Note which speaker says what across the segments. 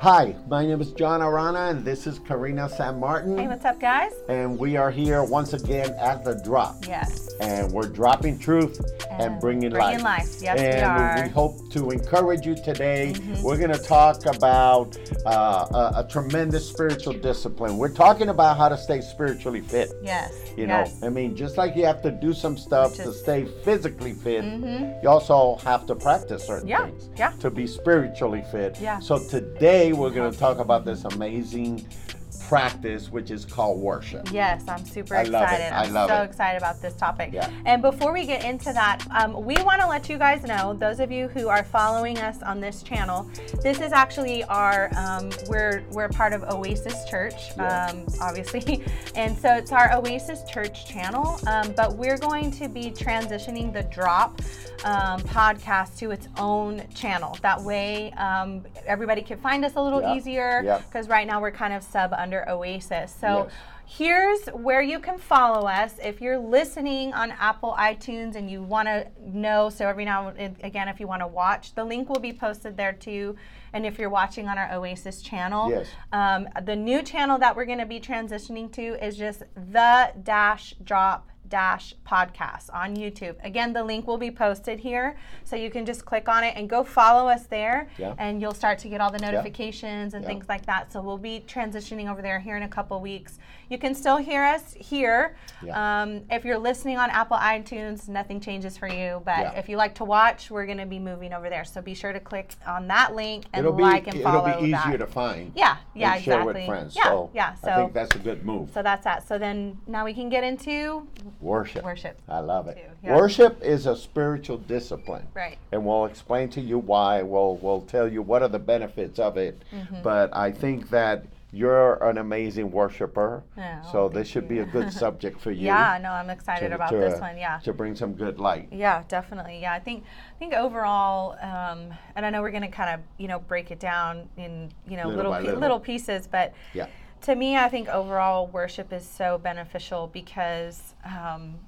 Speaker 1: Hi, my name is John Arana, and this is Karina San Martin.
Speaker 2: Hey, what's up, guys?
Speaker 1: and we are here once again at the drop.
Speaker 2: Yes.
Speaker 1: And we're dropping truth and,
Speaker 2: And
Speaker 1: bringing life.
Speaker 2: bringing life. Yes, we
Speaker 1: and
Speaker 2: are. Mm-hmm.
Speaker 1: we hope to encourage you today. We're going to talk about uh, a, a tremendous spiritual discipline. We're talking about how to stay spiritually fit.
Speaker 2: Yes.
Speaker 1: You
Speaker 2: yes.
Speaker 1: know, I mean, just like you have to do some stuff to
Speaker 2: Just- Mm-hmm.
Speaker 1: stay physically fit, you also have to practice certain
Speaker 2: Yeah,
Speaker 1: things
Speaker 2: yeah.
Speaker 1: to be spiritually fit.
Speaker 2: Yeah.
Speaker 1: So today we're going to talk about this amazing practice, which is called worship.
Speaker 2: Yes, I'm super
Speaker 1: I love it.
Speaker 2: excited.
Speaker 1: I
Speaker 2: am
Speaker 1: love
Speaker 2: so
Speaker 1: it.
Speaker 2: excited about this topic.
Speaker 1: Yeah.
Speaker 2: And before we get into that, um, we want to let you guys know, those of you who are following us on this channel, this is actually our um, we're we're part of Oasis Church,
Speaker 1: Yeah.
Speaker 2: um, obviously, and so it's our Oasis Church channel. Um, but we're going to be transitioning the Drop um, podcast to its own channel. That way, um, everybody can find us a little
Speaker 1: Yeah.
Speaker 2: easier
Speaker 1: Yeah.
Speaker 2: because right now we're kind of sub under Oasis. So
Speaker 1: Yes.
Speaker 2: here's where you can follow us. If you're listening on Apple iTunes and you want to know, so every now and again, if you want to watch, the link will be posted there too. And if you're watching on our Oasis channel,
Speaker 1: Yes.
Speaker 2: um, the new channel that we're going to be transitioning to is just the dash drop dash podcast on YouTube. Again, the link will be posted here, so you can just click on it and go follow us there,
Speaker 1: Yeah.
Speaker 2: and you'll start to get all the notifications and
Speaker 1: Yeah.
Speaker 2: things like that. So we'll be transitioning over there here in a couple weeks. You can still hear us here.
Speaker 1: Yeah.
Speaker 2: Um, if you're listening on Apple iTunes, nothing changes for you, but
Speaker 1: Yeah.
Speaker 2: if you like to watch, we're going to be moving over there. So be sure to click on that link and
Speaker 1: It'll be
Speaker 2: like and
Speaker 1: it'll
Speaker 2: follow
Speaker 1: be
Speaker 2: that.
Speaker 1: easier to find.
Speaker 2: Yeah, yeah,
Speaker 1: and share
Speaker 2: exactly.
Speaker 1: with friends.
Speaker 2: Yeah,
Speaker 1: so
Speaker 2: yeah. So,
Speaker 1: I think that's a good move.
Speaker 2: so that's that. So then now we can get into
Speaker 1: worship.
Speaker 2: worship.
Speaker 1: I love it.
Speaker 2: Yeah.
Speaker 1: Worship is a spiritual discipline.
Speaker 2: right.
Speaker 1: And we'll explain to you why. We'll we'll tell you what are the benefits of it.
Speaker 2: Mm-hmm.
Speaker 1: But I think that you're an amazing worshiper.
Speaker 2: Yeah,
Speaker 1: so
Speaker 2: well,
Speaker 1: this
Speaker 2: thank
Speaker 1: should be a good subject for you.
Speaker 2: Yeah, no, I'm
Speaker 1: to-
Speaker 2: excited about
Speaker 1: to,
Speaker 2: this
Speaker 1: uh,
Speaker 2: one. Yeah.
Speaker 1: To bring some good light.
Speaker 2: Yeah, definitely. Yeah, I think I think overall, um, and I know we're going to kind of you know break it down in you know
Speaker 1: Little
Speaker 2: little
Speaker 1: by
Speaker 2: pe-
Speaker 1: little.
Speaker 2: little pieces, but
Speaker 1: Yeah.
Speaker 2: to me, I think overall worship is so beneficial because um,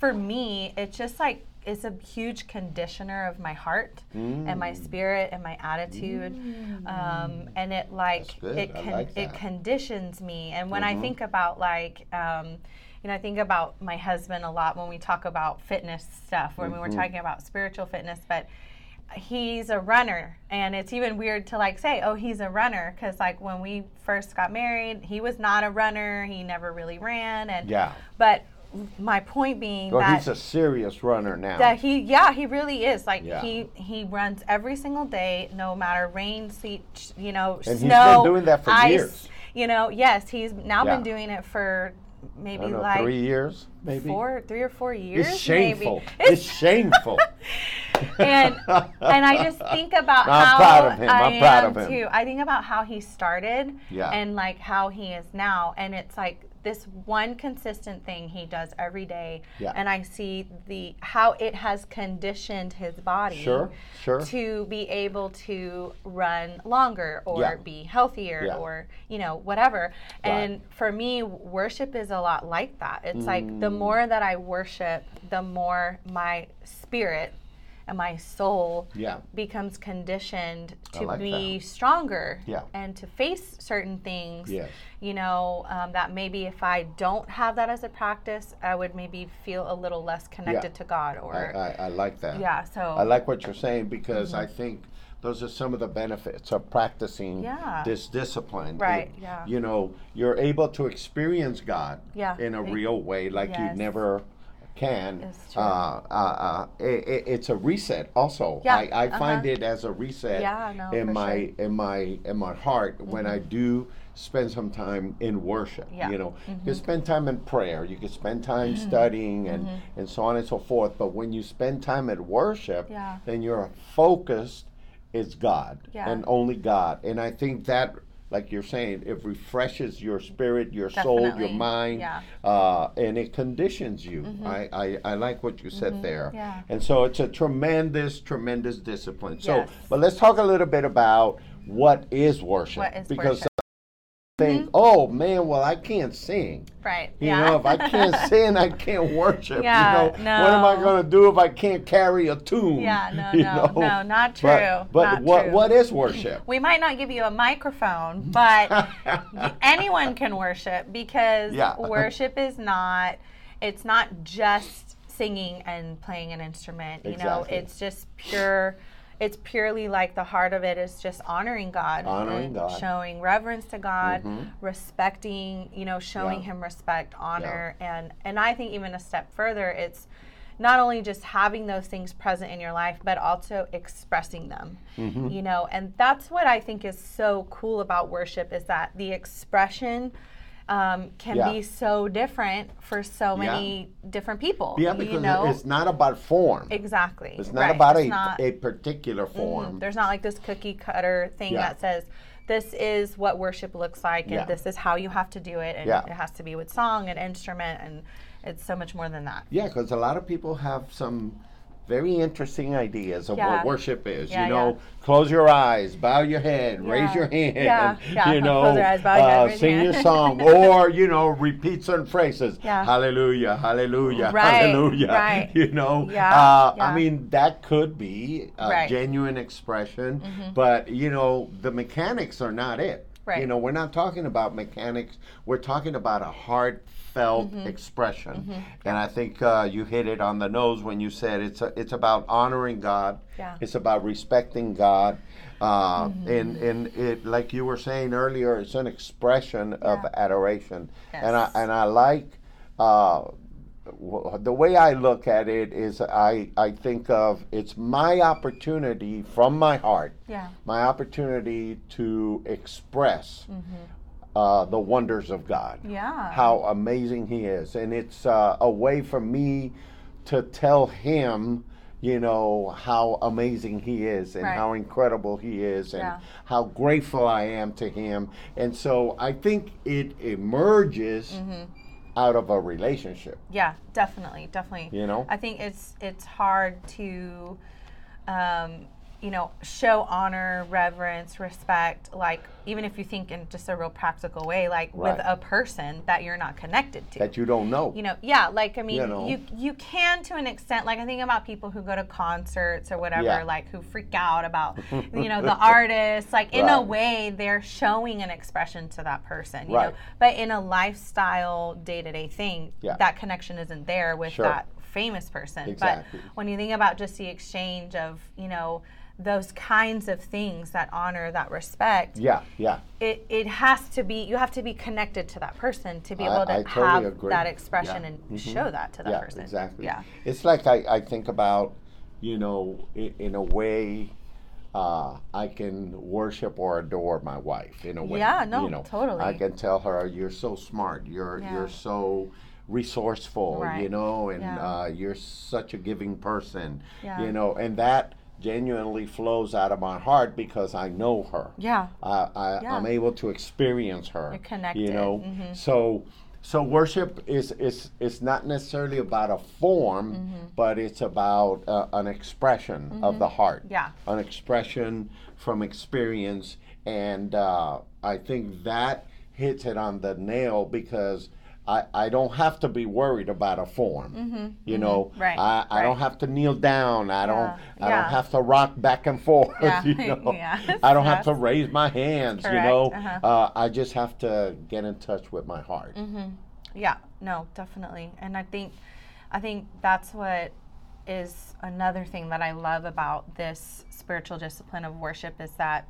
Speaker 2: for me, it's just like it's a huge conditioner of my heart and
Speaker 1: Mm.
Speaker 2: my spirit and my attitude, um, and it like
Speaker 1: good.
Speaker 2: it
Speaker 1: I
Speaker 2: can
Speaker 1: like
Speaker 2: it
Speaker 1: that. Uh-huh.
Speaker 2: conditions me. And when I think about like. Um, you know, I think about my husband a lot when we talk about fitness stuff, when we were
Speaker 1: Mm-hmm.
Speaker 2: talking about spiritual fitness, but he's a runner and it's even weird to like say oh he's a runner because like when we first got married he was not a runner he never really ran and
Speaker 1: Yeah.
Speaker 2: but my point being
Speaker 1: Well,
Speaker 2: that
Speaker 1: he's a serious runner now.
Speaker 2: that he yeah he really is like
Speaker 1: Yeah.
Speaker 2: he he runs every single day no matter rain sleet sh- you know snow
Speaker 1: he's been doing that for
Speaker 2: ice,
Speaker 1: years.
Speaker 2: you know yes he's now been
Speaker 1: Yeah.
Speaker 2: doing it for maybe
Speaker 1: I don't know,
Speaker 2: like
Speaker 1: three years maybe.
Speaker 2: four three or four years
Speaker 1: It's shameful.
Speaker 2: maybe
Speaker 1: It's shameful.
Speaker 2: and and I just think about
Speaker 1: I'm
Speaker 2: how
Speaker 1: proud of him.
Speaker 2: I
Speaker 1: I'm proud
Speaker 2: am
Speaker 1: of him.
Speaker 2: too. I think about how he started
Speaker 1: Yeah.
Speaker 2: and like how he is now, and it's like this one consistent thing he does every day,
Speaker 1: Yeah.
Speaker 2: and I see the how it has conditioned his body
Speaker 1: Sure, sure.
Speaker 2: to be able to run longer or
Speaker 1: Yeah.
Speaker 2: be healthier
Speaker 1: Yeah.
Speaker 2: or you know whatever.
Speaker 1: Right.
Speaker 2: And for me, worship is a lot like that. It's like
Speaker 1: Mm.
Speaker 2: the more that I worship, the more my spirit and my soul
Speaker 1: Yeah.
Speaker 2: becomes conditioned
Speaker 1: I
Speaker 2: to
Speaker 1: like
Speaker 2: be stronger
Speaker 1: Yeah.
Speaker 2: and to face certain things
Speaker 1: Yes.
Speaker 2: you know um, that maybe if i don't have that as a practice i would maybe feel a little less connected to god
Speaker 1: I,
Speaker 2: or
Speaker 1: I, I like that.
Speaker 2: yeah so Mm-hmm.
Speaker 1: I like what you're saying because I think those are some of the benefits of practicing
Speaker 2: Yeah.
Speaker 1: this discipline. It-
Speaker 2: Right, yeah.
Speaker 1: You know, you're able to experience God
Speaker 2: Yeah.
Speaker 1: in a
Speaker 2: It-
Speaker 1: real way like you
Speaker 2: Yes.
Speaker 1: never can.
Speaker 2: It's true.
Speaker 1: Uh, uh, uh, it, it- it's a reset also.
Speaker 2: Yeah,
Speaker 1: I, I find
Speaker 2: uh-huh.
Speaker 1: it as a reset
Speaker 2: Yeah, no,
Speaker 1: in
Speaker 2: for
Speaker 1: my in my in my heart when I do spend some time in worship.
Speaker 2: Mm-hmm. Yeah. Mm-hmm.
Speaker 1: You know, you can spend time in prayer, you can spend time studying and,
Speaker 2: Mm-hmm.
Speaker 1: and so on and so forth. But when you spend time at worship,
Speaker 2: Yeah.
Speaker 1: then you're focused is God
Speaker 2: Yeah.
Speaker 1: and only God. And I think that, like you're saying, it refreshes your spirit, your soul, your
Speaker 2: Definitely.
Speaker 1: mind,
Speaker 2: Yeah. Mm-hmm.
Speaker 1: uh, and it conditions you. I, I, I like what you said there.
Speaker 2: Yeah.
Speaker 1: And so it's a tremendous, tremendous discipline. So,
Speaker 2: Yes.
Speaker 1: but let's talk a little bit about what is worship.
Speaker 2: What is
Speaker 1: because
Speaker 2: worship?
Speaker 1: think, oh man, well I can't sing.
Speaker 2: Right.
Speaker 1: You
Speaker 2: yeah.
Speaker 1: know, if I can't sing, I can't worship.
Speaker 2: Yeah,
Speaker 1: you know, what am I
Speaker 2: no.
Speaker 1: going to do if I can't carry a tune?
Speaker 2: Yeah, no,
Speaker 1: You
Speaker 2: no,
Speaker 1: know?
Speaker 2: no, not true,
Speaker 1: But, but
Speaker 2: not
Speaker 1: what
Speaker 2: true.
Speaker 1: what is worship?
Speaker 2: we might not give you a microphone, but anyone can worship because
Speaker 1: Yeah.
Speaker 2: worship is not it's not just singing and playing an instrument. You
Speaker 1: Exactly.
Speaker 2: know, it's just pure it's purely like the heart of it is just honoring God,
Speaker 1: Honoring
Speaker 2: and
Speaker 1: God. Mm-hmm.
Speaker 2: showing reverence to God, respecting, you know, showing
Speaker 1: Yeah.
Speaker 2: him respect, honor, and and I think even a step further, it's not only just having those things present in your life, but also expressing them.
Speaker 1: Mm-hmm.
Speaker 2: You know, and that's what I think is so cool about worship is that the expression um, can
Speaker 1: Yeah.
Speaker 2: be so different for so
Speaker 1: Yeah.
Speaker 2: many different people.
Speaker 1: Yeah, because
Speaker 2: you
Speaker 1: it-
Speaker 2: know
Speaker 1: it's not about form.
Speaker 2: exactly.
Speaker 1: It's not
Speaker 2: Right.
Speaker 1: about
Speaker 2: It's
Speaker 1: a,
Speaker 2: not- Mm-hmm.
Speaker 1: a particular form.
Speaker 2: Mm, there's not like this cookie cutter thing
Speaker 1: Yeah.
Speaker 2: that says this is what worship looks like and
Speaker 1: Yeah.
Speaker 2: this is how you have to do it and
Speaker 1: Yeah.
Speaker 2: it has to be with song and instrument and it's so much more than that.
Speaker 1: Yeah, because a lot of people have some very interesting ideas of
Speaker 2: Yeah.
Speaker 1: what worship is.
Speaker 2: Yeah,
Speaker 1: you know, close your eyes, bow your head, raise
Speaker 2: Yeah.
Speaker 1: your hand.
Speaker 2: Yeah, yeah.
Speaker 1: You know,
Speaker 2: Close your eyes, bow your head,
Speaker 1: uh,
Speaker 2: raise your
Speaker 1: sing your
Speaker 2: hand.
Speaker 1: song, or you know, repeat certain phrases.
Speaker 2: Yeah.
Speaker 1: Hallelujah, Hallelujah,
Speaker 2: Right,
Speaker 1: Hallelujah.
Speaker 2: right.
Speaker 1: You know,
Speaker 2: Yeah,
Speaker 1: uh, I
Speaker 2: yeah.
Speaker 1: mean, that could be a
Speaker 2: Right. Mm-hmm.
Speaker 1: genuine expression, but you know, the mechanics are not it. You
Speaker 2: Right.
Speaker 1: know, we're not talking about mechanics. We're talking about a heartfelt
Speaker 2: Mm-hmm.
Speaker 1: expression, and I think uh, you hit it on the nose when you said it's a, it's about honoring God.
Speaker 2: Yeah. Mm-hmm.
Speaker 1: It's about respecting God, uh, and and it like you were saying earlier, it's an expression of adoration, and I
Speaker 2: Yes.
Speaker 1: and I like. Uh, w- the way I look at it is, I, I think of it's my opportunity from my heart
Speaker 2: Yeah.
Speaker 1: my opportunity to express uh, the wonders of God.
Speaker 2: Mm-hmm. Yeah.
Speaker 1: How amazing He is. And it's uh, a way for me to tell Him, you know, how amazing He is and
Speaker 2: Right.
Speaker 1: how incredible He is and
Speaker 2: Yeah.
Speaker 1: how grateful I am to Him. And so I think it emerges
Speaker 2: Mm-hmm.
Speaker 1: out of a relationship,
Speaker 2: Yeah, definitely, definitely.
Speaker 1: you know?
Speaker 2: I think it's it's hard to, um, you know, show honor, reverence, respect. Like even if you think in just a real practical way, like
Speaker 1: Right.
Speaker 2: with a person that you're not connected to.
Speaker 1: that you don't know.
Speaker 2: you know, yeah, like I mean,
Speaker 1: Oh. You
Speaker 2: you,
Speaker 1: know.
Speaker 2: you can to an extent. Like I think about people who go to concerts or whatever,
Speaker 1: Yeah.
Speaker 2: like who freak out about you know the artists. Like in a
Speaker 1: Right.
Speaker 2: way, they're showing an expression to that person, you
Speaker 1: Right.
Speaker 2: know. But in a lifestyle, day to day thing,
Speaker 1: Yeah.
Speaker 2: that connection isn't there with
Speaker 1: Sure.
Speaker 2: that famous person.
Speaker 1: Exactly.
Speaker 2: But when you think about just the exchange of you know those kinds of things that honor that respect
Speaker 1: yeah, yeah.
Speaker 2: it, it has to be you have to be connected to that person to be
Speaker 1: I-
Speaker 2: able to
Speaker 1: I totally
Speaker 2: have
Speaker 1: agree.
Speaker 2: that expression
Speaker 1: Yeah. Mm-hmm.
Speaker 2: and show that to that
Speaker 1: yeah,
Speaker 2: person
Speaker 1: Exactly.
Speaker 2: yeah
Speaker 1: It's like I, I think about, you know, in, in a way, uh, I can worship or adore my wife in a way.
Speaker 2: Yeah, no,
Speaker 1: you know,
Speaker 2: totally.
Speaker 1: I can tell her, you're so smart. You're
Speaker 2: Yeah.
Speaker 1: you're so resourceful. You
Speaker 2: Right.
Speaker 1: know, and
Speaker 2: Yeah.
Speaker 1: uh, you're such a giving person.
Speaker 2: Yeah.
Speaker 1: You know, and that genuinely flows out of my heart because I know her.
Speaker 2: yeah
Speaker 1: I, I,
Speaker 2: Yeah.
Speaker 1: I'm able to experience her.
Speaker 2: You're
Speaker 1: You
Speaker 2: connected. Mm-hmm.
Speaker 1: know, so so worship is is is not necessarily about a form,
Speaker 2: Mm-hmm.
Speaker 1: but it's about uh, an expression of the heart.
Speaker 2: Yeah.
Speaker 1: an expression from experience, and uh, I think that hits it on the nail because. I, I don't have to be worried about a form, you know.
Speaker 2: Mm-hmm. Right,
Speaker 1: I, I don't
Speaker 2: right.
Speaker 1: have to kneel down. I don't.
Speaker 2: Yeah,
Speaker 1: I
Speaker 2: yeah.
Speaker 1: don't have to rock back and forth.
Speaker 2: Yeah,
Speaker 1: you know?
Speaker 2: yeah,
Speaker 1: I don't have to
Speaker 2: that's-
Speaker 1: raise my hands, you
Speaker 2: Correct,
Speaker 1: know.
Speaker 2: uh-huh. Mm-hmm.
Speaker 1: Uh, I just have to get in touch with my heart.
Speaker 2: yeah no definitely and i think i think that's what is another thing that i love about this spiritual discipline of worship is that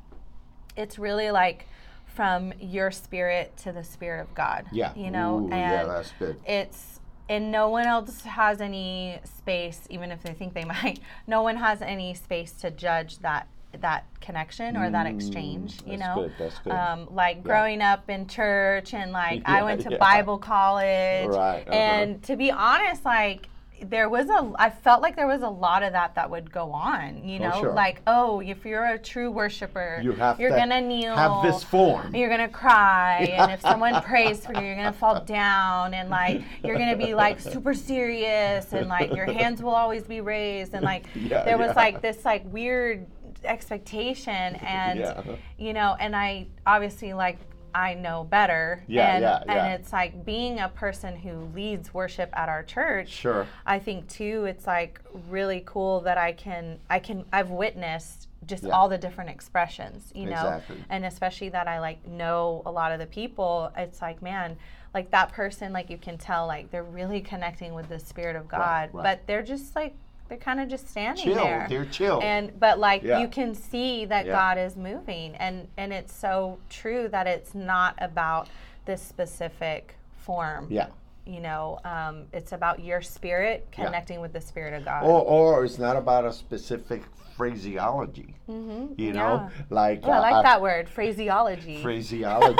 Speaker 2: it's really like from your spirit to the spirit of god
Speaker 1: Yeah.
Speaker 2: you know
Speaker 1: Ooh,
Speaker 2: and
Speaker 1: yeah, that's good.
Speaker 2: it's and no one else has any space even if they think they might no one has any space to judge that that connection or that exchange you
Speaker 1: Mm, that's
Speaker 2: know
Speaker 1: good, that's good.
Speaker 2: Um, like growing up in church and like
Speaker 1: Yeah,
Speaker 2: i went to
Speaker 1: yeah.
Speaker 2: bible college
Speaker 1: Right, uh-huh.
Speaker 2: and to be honest like there was a i felt like there was a lot of that that would go on you
Speaker 1: Oh,
Speaker 2: know
Speaker 1: sure.
Speaker 2: like oh if you're a true worshiper
Speaker 1: You have
Speaker 2: you're
Speaker 1: to
Speaker 2: gonna kneel
Speaker 1: have this form.
Speaker 2: you're gonna cry and if someone prays for you you're gonna fall down and like you're gonna be like super serious and like your hands will always be raised and like
Speaker 1: Yeah,
Speaker 2: there was
Speaker 1: yeah.
Speaker 2: like this like weird expectation and
Speaker 1: Yeah.
Speaker 2: you know and i obviously like I know better.
Speaker 1: Yeah,
Speaker 2: and,
Speaker 1: yeah, yeah.
Speaker 2: and it's like being a person who leads worship at our church.
Speaker 1: Sure.
Speaker 2: I think too it's like really cool that I can I can I've witnessed just
Speaker 1: Yeah.
Speaker 2: all the different expressions, you know.
Speaker 1: Exactly.
Speaker 2: And especially that I like know a lot of the people, it's like man, like that person like you can tell like they're really connecting with the spirit of God,
Speaker 1: Right, right.
Speaker 2: but they're just like they're kind of just standing
Speaker 1: Chill.
Speaker 2: there.
Speaker 1: They're chill.
Speaker 2: And but like
Speaker 1: Yeah.
Speaker 2: you can see that
Speaker 1: Yeah.
Speaker 2: God is moving and and it's so true that it's not about this specific form.
Speaker 1: yeah.
Speaker 2: You know, um, it's about your spirit connecting with the spirit of God.
Speaker 1: Or, or it's not about a specific phraseology. Mm-hmm. You know, like
Speaker 2: Oh, I like
Speaker 1: uh,
Speaker 2: that word, phraseology.
Speaker 1: phraseology.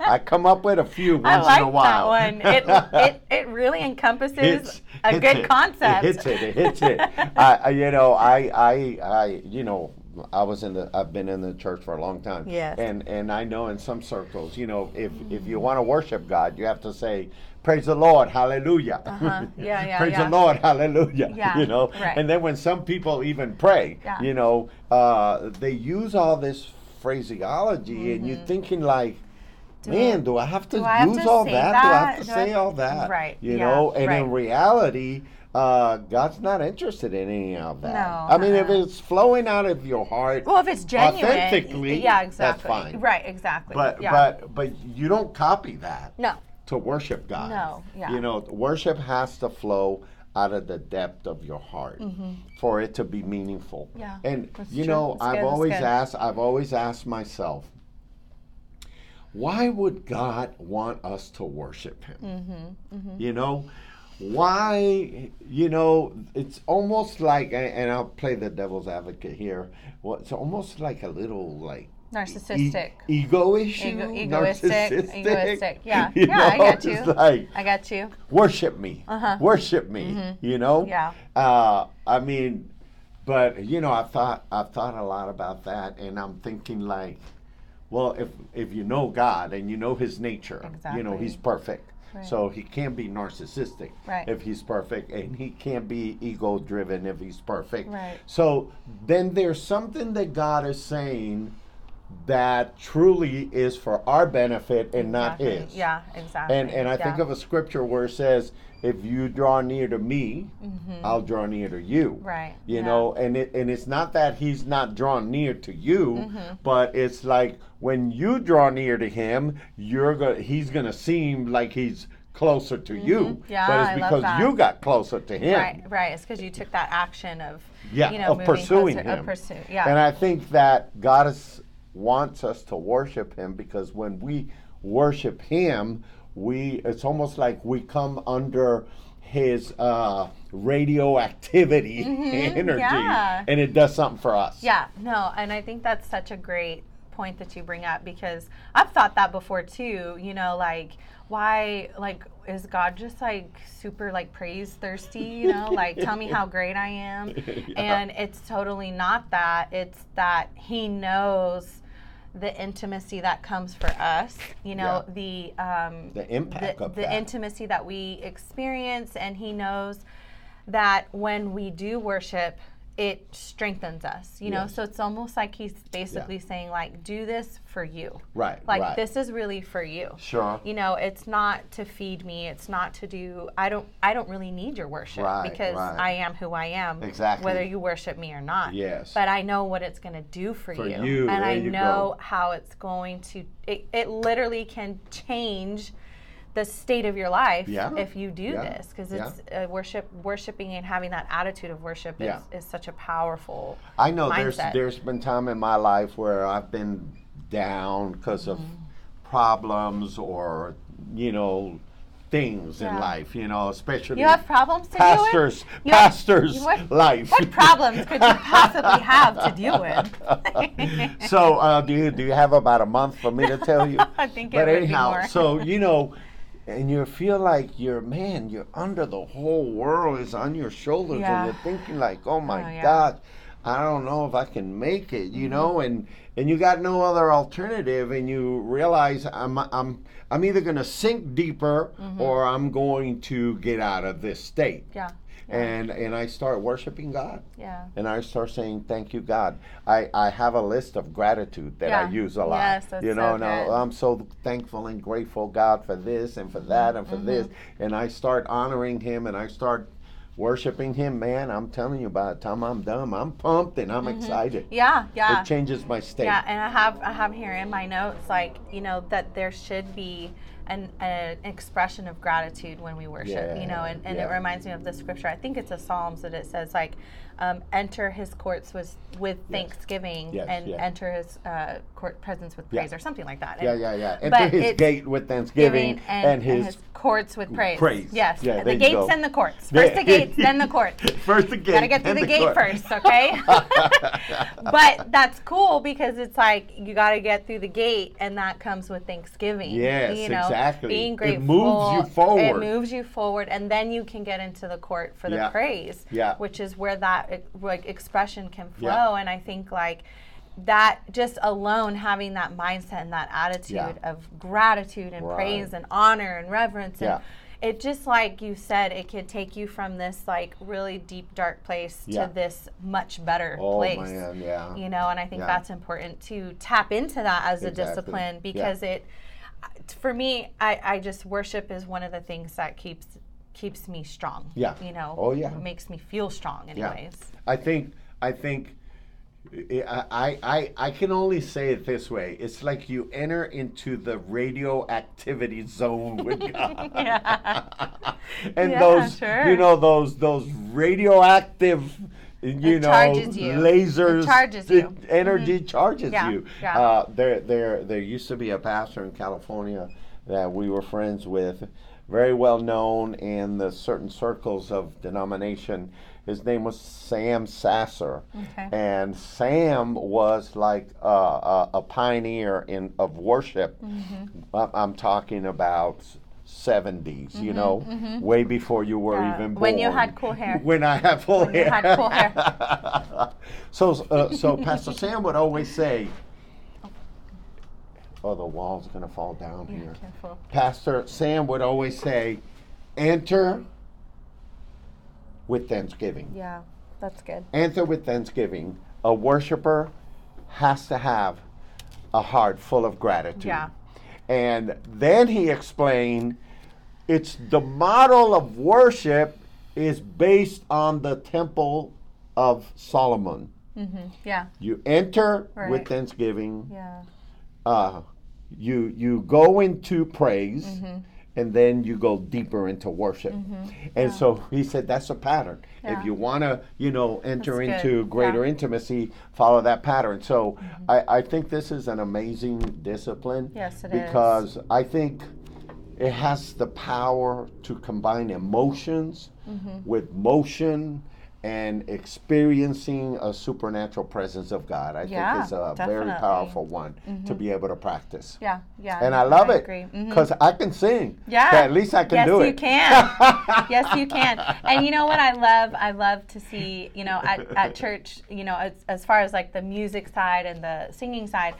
Speaker 1: I come up with a few once
Speaker 2: I
Speaker 1: in a
Speaker 2: like that
Speaker 1: while.
Speaker 2: one. It, it, it really encompasses
Speaker 1: hits,
Speaker 2: a
Speaker 1: hits
Speaker 2: good
Speaker 1: it.
Speaker 2: concept.
Speaker 1: It hits it. It hits it. I, I- you know, I, I, I, you know, I was in the. I've been in the church for a long time.
Speaker 2: Yes.
Speaker 1: And and I know in some circles, you know, if if you want to worship God, you have to say. Praise the Lord, Hallelujah!
Speaker 2: Uh-huh. Yeah, yeah,
Speaker 1: Praise
Speaker 2: yeah.
Speaker 1: the Lord, Hallelujah!
Speaker 2: Yeah,
Speaker 1: you know,
Speaker 2: right.
Speaker 1: and then when some people even pray,
Speaker 2: Yeah.
Speaker 1: you know, uh, they use all this phraseology, and you're thinking like, "Man, do I have to
Speaker 2: Mm-hmm. do I have
Speaker 1: use
Speaker 2: to
Speaker 1: all
Speaker 2: say
Speaker 1: that? Do I have
Speaker 2: that?
Speaker 1: to
Speaker 2: Do I-
Speaker 1: say all that?"
Speaker 2: Right,
Speaker 1: You
Speaker 2: yeah,
Speaker 1: know, and
Speaker 2: right.
Speaker 1: in reality, uh, God's not interested in any of that.
Speaker 2: No,
Speaker 1: I mean, if
Speaker 2: uh-uh.
Speaker 1: it's flowing out of your heart,
Speaker 2: well, if it's genuine,
Speaker 1: Authentically,
Speaker 2: yeah,
Speaker 1: that's
Speaker 2: exactly.
Speaker 1: fine.
Speaker 2: Right, exactly.
Speaker 1: but
Speaker 2: yeah.
Speaker 1: but e, but you don't copy that
Speaker 2: no,
Speaker 1: to worship God.
Speaker 2: No, yeah.
Speaker 1: You know, worship has to flow out of the depth of your heart for it to be meaningful.
Speaker 2: Mm-hmm. Yeah,
Speaker 1: And
Speaker 2: that's
Speaker 1: you
Speaker 2: true.
Speaker 1: know,
Speaker 2: That's
Speaker 1: I've
Speaker 2: good, that's
Speaker 1: always
Speaker 2: good.
Speaker 1: asked I've always asked myself, why would God want us to worship him?
Speaker 2: Mm-hmm,
Speaker 1: You know, why, you know, it's almost like, and- and I'll play the devil's advocate here. Well, it's almost like a little like e-
Speaker 2: narcissistic.
Speaker 1: ego issue,
Speaker 2: Ego- egoistic,
Speaker 1: narcissistic,
Speaker 2: egoistic. Yeah.
Speaker 1: you
Speaker 2: Yeah, I
Speaker 1: know?
Speaker 2: get you.
Speaker 1: It's like
Speaker 2: I got you.
Speaker 1: worship me, worship me. You know,
Speaker 2: Uh-huh. Mm-hmm. Yeah.
Speaker 1: Uh, I mean, but you know, I thought I've thought a lot about that, and I'm thinking like, well, if if you know God and you know His nature, you know
Speaker 2: Exactly.
Speaker 1: He's perfect.
Speaker 2: Right.
Speaker 1: So he can't be narcissistic
Speaker 2: Right.
Speaker 1: if he's perfect, and he can't be ego driven if he's perfect.
Speaker 2: Right.
Speaker 1: So then there's something that God is saying that truly is for our benefit and not
Speaker 2: Exactly.
Speaker 1: his.
Speaker 2: Yeah, exactly.
Speaker 1: And and I think
Speaker 2: Yeah.
Speaker 1: of a scripture where it says, "If you draw near to me, I'll draw near to you."
Speaker 2: Mm-hmm. Right,
Speaker 1: You
Speaker 2: yeah.
Speaker 1: know, and it and it's not that he's not drawn near to you,
Speaker 2: Mm-hmm.
Speaker 1: but it's like when you draw near to him, you're going he's gonna seem like he's closer to you.
Speaker 2: Mm-hmm. Yeah,
Speaker 1: but it's
Speaker 2: I love
Speaker 1: because
Speaker 2: that.
Speaker 1: you got closer to him.
Speaker 2: Right, right. It's because you took that action of
Speaker 1: Yeah,
Speaker 2: you know,
Speaker 1: of
Speaker 2: moving
Speaker 1: pursuing
Speaker 2: closer,
Speaker 1: him.
Speaker 2: Of pursue, yeah,
Speaker 1: And I think that God is, wants us to worship Him because when we worship Him, we it's almost like we come under His uh, radioactivity energy,
Speaker 2: Mm-hmm, yeah.
Speaker 1: and it does something for us.
Speaker 2: yeah. No, and I think that's such a great point that you bring up because I've thought that before too. You know, like why, like is God just like super like praise thirsty? You know, like tell me how great I am, and it's totally not that. It's that He knows the intimacy that comes for us. You know, the um,
Speaker 1: The impact
Speaker 2: the,
Speaker 1: of
Speaker 2: the
Speaker 1: that.
Speaker 2: intimacy that we experience and he knows that when we do worship it strengthens us you know
Speaker 1: Yes.
Speaker 2: so it's almost like he's basically saying like do this for you
Speaker 1: right.
Speaker 2: like
Speaker 1: right.
Speaker 2: this is really for you
Speaker 1: Sure.
Speaker 2: you know it's not to feed me it's not to do i don't i don't really need your worship
Speaker 1: Right,
Speaker 2: because
Speaker 1: right.
Speaker 2: i am who i am
Speaker 1: Exactly.
Speaker 2: whether you worship me or not
Speaker 1: Yes.
Speaker 2: but i know what it's going to do for,
Speaker 1: For
Speaker 2: you,
Speaker 1: you,
Speaker 2: and
Speaker 1: there
Speaker 2: i
Speaker 1: you go.
Speaker 2: know how it's going to it, it literally can change the state of your life
Speaker 1: Yeah.
Speaker 2: if you do
Speaker 1: Yeah.
Speaker 2: this because it's uh, worship worshiping and having that attitude of worship
Speaker 1: Yeah.
Speaker 2: is, is such a powerful
Speaker 1: I know there's
Speaker 2: mindset.
Speaker 1: there's been time in my life where I've been down because of
Speaker 2: Mm-hmm.
Speaker 1: problems or you know things in
Speaker 2: Yeah.
Speaker 1: life. You know, especially
Speaker 2: you have problems to deal with
Speaker 1: pastors
Speaker 2: You have-
Speaker 1: pastors
Speaker 2: what-
Speaker 1: life.
Speaker 2: what problems could you possibly have to deal with
Speaker 1: so uh, do you do you have about a month for me to tell you?
Speaker 2: I think it
Speaker 1: but
Speaker 2: would be
Speaker 1: anyhow,
Speaker 2: more.
Speaker 1: so you know, and you feel like you're man, you're under the whole world is on your shoulders, and
Speaker 2: Yeah.
Speaker 1: you're thinking like, oh my
Speaker 2: Oh, yeah.
Speaker 1: God, I don't know if I can make it, you
Speaker 2: Mm-hmm.
Speaker 1: know, and and you got no other alternative, and you realize I'm I'm I'm either gonna sink deeper or I'm going to get out of this state.
Speaker 2: Mm-hmm. yeah
Speaker 1: and and I start worshiping God.
Speaker 2: Yeah.
Speaker 1: And I start saying, "Thank you, God." I, I have a list of gratitude that I
Speaker 2: Yeah.
Speaker 1: use a lot.
Speaker 2: Yes, that's
Speaker 1: you
Speaker 2: so
Speaker 1: know, and I-
Speaker 2: good.
Speaker 1: I'm so thankful and grateful, God, for this and for that and for
Speaker 2: Mm-hmm.
Speaker 1: this. And I start honoring Him and I start worshiping Him. Man, I'm telling you, by the time I'm done, I'm pumped and I'm excited.
Speaker 2: Yeah. Mm-hmm. Yeah.
Speaker 1: It changes my state.
Speaker 2: Yeah, and I have I have here in my notes like you know that there should be an, an expression of gratitude when we worship. you know,
Speaker 1: Yeah,
Speaker 2: and, and
Speaker 1: yeah.
Speaker 2: it reminds me of the scripture. I think it's a Psalms that it says like, um, "Enter His courts with with thanksgiving,
Speaker 1: Yes,
Speaker 2: and
Speaker 1: yeah.
Speaker 2: enter His uh, court presence with praise," or something like that.
Speaker 1: Yeah,
Speaker 2: And
Speaker 1: yeah, yeah. Enter
Speaker 2: But
Speaker 1: his
Speaker 2: it's
Speaker 1: gate with thanksgiving and, his,
Speaker 2: courts with praise.
Speaker 1: praise.
Speaker 2: Yes,
Speaker 1: Yeah, there
Speaker 2: the
Speaker 1: you
Speaker 2: gates
Speaker 1: go.
Speaker 2: and the courts. First
Speaker 1: Yeah.
Speaker 2: the gates, then the courts.
Speaker 1: first the gate.
Speaker 2: Gotta get through
Speaker 1: and
Speaker 2: the, gate
Speaker 1: court.
Speaker 2: first, okay? but that's cool because it's like you gotta get through the gate, and that comes with Thanksgiving.
Speaker 1: Yes,
Speaker 2: you know,
Speaker 1: exactly.
Speaker 2: Being
Speaker 1: It moves
Speaker 2: grateful,
Speaker 1: you forward.
Speaker 2: It moves you forward, and then you can get into the court for the
Speaker 1: Yeah.
Speaker 2: praise,
Speaker 1: Yeah.
Speaker 2: which is where that eh, like expression can flow.
Speaker 1: Yeah.
Speaker 2: And I think like that just alone having that mindset and that attitude
Speaker 1: Yeah.
Speaker 2: of gratitude and
Speaker 1: Right.
Speaker 2: praise and honor and reverence and
Speaker 1: Yeah.
Speaker 2: it just like you said it could take you from this like really deep dark place
Speaker 1: Yeah.
Speaker 2: to this much better
Speaker 1: Oh
Speaker 2: place
Speaker 1: man, yeah.
Speaker 2: you know and i think
Speaker 1: Yeah.
Speaker 2: that's important to tap into that as a
Speaker 1: Exactly.
Speaker 2: discipline
Speaker 1: Yeah.
Speaker 2: because it for me I, I just worship is one of the things that keeps keeps me strong
Speaker 1: Yeah.
Speaker 2: you know
Speaker 1: Oh, yeah.
Speaker 2: makes me feel strong anyways
Speaker 1: I think I think I, I I can only say it this way. It's like you enter into the radioactivity zone with God. and
Speaker 2: Yeah,
Speaker 1: those
Speaker 2: sure.
Speaker 1: you know those those radioactive you
Speaker 2: It
Speaker 1: know
Speaker 2: charges you. It
Speaker 1: lasers
Speaker 2: charges you. Mm-hmm.
Speaker 1: the energy charges
Speaker 2: Yeah,
Speaker 1: you.
Speaker 2: yeah.
Speaker 1: Uh, there there there used to be a pastor in California that we were friends with, very well known in the certain circles of denomination. His name was Sam Sasser,
Speaker 2: Okay.
Speaker 1: and Sam was like a, a, a pioneer in of worship.
Speaker 2: Mm-hmm.
Speaker 1: I- I'm talking about 70s, you know, way before you were
Speaker 2: Yeah.
Speaker 1: even born.
Speaker 2: mm-hmm. When you had cool hair.
Speaker 1: When I had full
Speaker 2: you
Speaker 1: hair.
Speaker 2: had cool hair
Speaker 1: so, uh, so Pastor Sam would always say, "Oh, the wall's gonna fall down here."
Speaker 2: Careful.
Speaker 1: Pastor Sam would always say, "Enter with thanksgiving."
Speaker 2: yeah that's good
Speaker 1: Enter with thanksgiving. A worshiper has to have a heart full of gratitude.
Speaker 2: Yeah.
Speaker 1: And then he explained it's the model of worship is based on the temple of Solomon.
Speaker 2: Mm-hmm. yeah
Speaker 1: You enter with
Speaker 2: Right.
Speaker 1: thanksgiving.
Speaker 2: yeah
Speaker 1: Uh, you you go into praise
Speaker 2: Mm-hmm.
Speaker 1: and then you go deeper into worship. And so he said that's a pattern.
Speaker 2: Yeah.
Speaker 1: If you want to, you know, enter
Speaker 2: That's
Speaker 1: into
Speaker 2: good.
Speaker 1: greater
Speaker 2: Yeah. Mm-hmm.
Speaker 1: intimacy, follow that pattern. So I, I think this is an amazing discipline.
Speaker 2: Yes, it is.
Speaker 1: because I think it has the power to combine emotions
Speaker 2: Mm-hmm.
Speaker 1: with motion and experiencing a supernatural presence of God. I
Speaker 2: Yeah,
Speaker 1: think is a very
Speaker 2: definitely.
Speaker 1: powerful one to be able to practice.
Speaker 2: Mm-hmm. yeah yeah
Speaker 1: And I love it
Speaker 2: agree. Mhm.
Speaker 1: because I can sing.
Speaker 2: Yeah.
Speaker 1: So at least I can
Speaker 2: yes,
Speaker 1: do it.
Speaker 2: you can. yes, you can. And you know what I love? I love to see, you know, at, at church, you know, as, as far as like the music side and the singing side,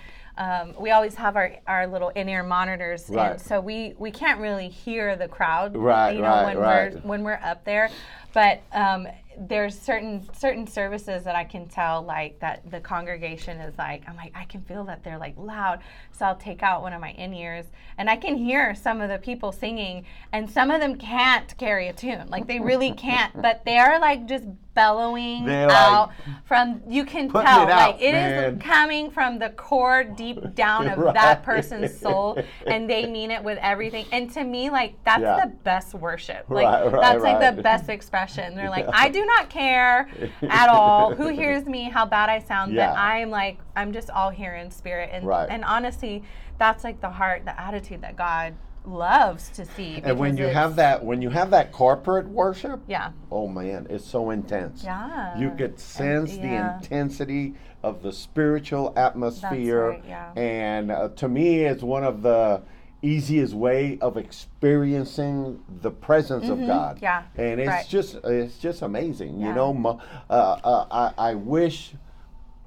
Speaker 2: um, we always have our, our little in-ear monitors.
Speaker 1: Right.
Speaker 2: And so we, we can't really hear the crowd,
Speaker 1: Right,
Speaker 2: you know,
Speaker 1: right,
Speaker 2: when, We're,
Speaker 1: right.
Speaker 2: when we're up there. But um, there's certain certain services that I can tell like that the congregation is like I'm like I can feel that they're like loud, so I'll take out one of my in ears and I can hear some of the people singing, and some of them can't carry a tune, like they really can't, but they are like just bellowing
Speaker 1: They're
Speaker 2: out from you can
Speaker 1: putting
Speaker 2: tell
Speaker 1: it
Speaker 2: like
Speaker 1: out,
Speaker 2: it is
Speaker 1: man.
Speaker 2: coming from the core deep down of
Speaker 1: Right.
Speaker 2: that person's soul and they mean it with everything and to me like that's
Speaker 1: Yeah.
Speaker 2: the best worship like
Speaker 1: Right, right,
Speaker 2: that's like the
Speaker 1: right.
Speaker 2: best expression they're like i do not care at all who hears me how bad i sound
Speaker 1: Yeah.
Speaker 2: but i'm like i'm just all here in spirit and
Speaker 1: Right.
Speaker 2: and honestly that's like the heart the attitude that god loves to see
Speaker 1: And when
Speaker 2: because
Speaker 1: you
Speaker 2: it's-
Speaker 1: have that, when you have that corporate worship,
Speaker 2: yeah
Speaker 1: oh man, it's so intense.
Speaker 2: yeah
Speaker 1: You could sense
Speaker 2: yeah.
Speaker 1: the intensity of the spiritual atmosphere.
Speaker 2: right, yeah.
Speaker 1: And uh, to me, it's one of the easiest way of experiencing the presence of God.
Speaker 2: Mm-hmm. yeah,
Speaker 1: And it's
Speaker 2: right.
Speaker 1: just it's just amazing. You
Speaker 2: Yeah.
Speaker 1: know, mo- uh, uh, I, I wish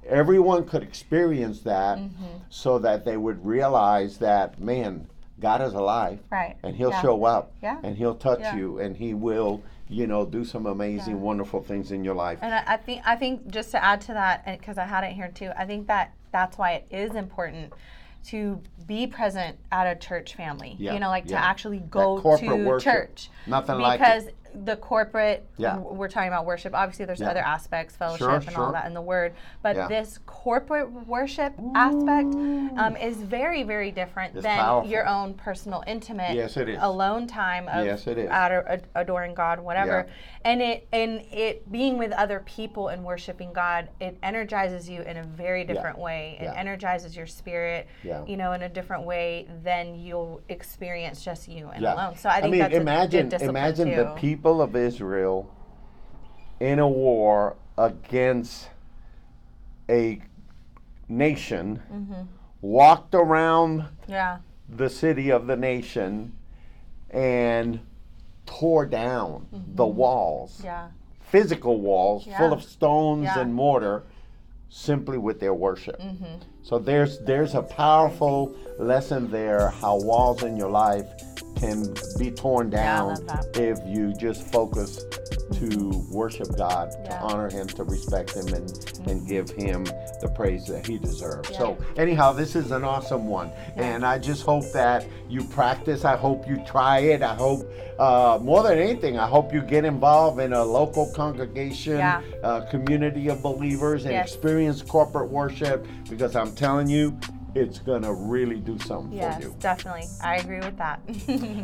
Speaker 1: everyone could experience that
Speaker 2: Mm-hmm.
Speaker 1: so that they would realize that man, God is alive
Speaker 2: right
Speaker 1: and he'll
Speaker 2: yeah.
Speaker 1: show up
Speaker 2: Yeah.
Speaker 1: and he'll touch
Speaker 2: Yeah.
Speaker 1: you and he will you know, do some amazing, wonderful things in your life.
Speaker 2: And I, I think I think just to add to that, because I had it here too, I think that that's why it is important to be present at a church family.
Speaker 1: Yeah,
Speaker 2: You know, like
Speaker 1: yeah.
Speaker 2: to actually go
Speaker 1: corporate
Speaker 2: to
Speaker 1: worship.
Speaker 2: church.
Speaker 1: Nothing like it.
Speaker 2: because the corporate.
Speaker 1: Yeah.
Speaker 2: w- We're talking about worship. Obviously, there's
Speaker 1: Yeah.
Speaker 2: other aspects, fellowship,
Speaker 1: Sure,
Speaker 2: and
Speaker 1: sure.
Speaker 2: all that in the Word. But
Speaker 1: Yeah.
Speaker 2: this corporate worship aspect um, is very, very different than
Speaker 1: powerful.
Speaker 2: your own personal, intimate,
Speaker 1: Yes, it is.
Speaker 2: alone time of
Speaker 1: Yes, it is.
Speaker 2: ador- ad- adoring God, whatever. And it and it being with other people and worshiping God, it energizes you in a very different way. It
Speaker 1: Yeah.
Speaker 2: energizes your spirit,
Speaker 1: Yeah.
Speaker 2: you know, in a different way than you'll experience just you and
Speaker 1: Yeah.
Speaker 2: alone. So I think
Speaker 1: mean,
Speaker 2: that's a
Speaker 1: imagine
Speaker 2: good discipline
Speaker 1: imagine
Speaker 2: too.
Speaker 1: the people of Israel in a war against a nation,
Speaker 2: Mm-hmm.
Speaker 1: walked around
Speaker 2: Yeah,
Speaker 1: the city of the nation, and tore down the walls,
Speaker 2: Mm-hmm. yeah,
Speaker 1: physical walls full
Speaker 2: Yeah.
Speaker 1: of stones
Speaker 2: Yeah.
Speaker 1: and mortar, simply with their worship.
Speaker 2: Mm-hmm.
Speaker 1: So there's there's a powerful lesson there how walls in your life can be torn
Speaker 2: Yeah, I
Speaker 1: down
Speaker 2: love that.
Speaker 1: if you just focus to worship God, to
Speaker 2: Yeah.
Speaker 1: honor Him, to respect Him, and and give Him the praise that He deserves. So
Speaker 2: Yeah.
Speaker 1: anyhow, this is an awesome one, and I just hope that you practice. I hope you try it. I hope uh, more than anything, I hope you get involved in a local congregation,
Speaker 2: Yeah.
Speaker 1: uh, community of believers, and
Speaker 2: Yes.
Speaker 1: experience corporate worship because I'm telling you, it's gonna really do something for
Speaker 2: yes,
Speaker 1: you.
Speaker 2: definitely. I agree with that.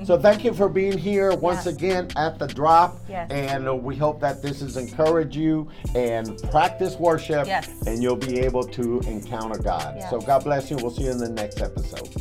Speaker 1: So thank you for being here once
Speaker 2: Yes.
Speaker 1: again at the drop.
Speaker 2: Yes.
Speaker 1: And uh, we hope that this has encouraged you and practice worship
Speaker 2: Yes.
Speaker 1: and you'll be able to encounter God.
Speaker 2: Yes.
Speaker 1: So God bless you. We'll see you in the next episode.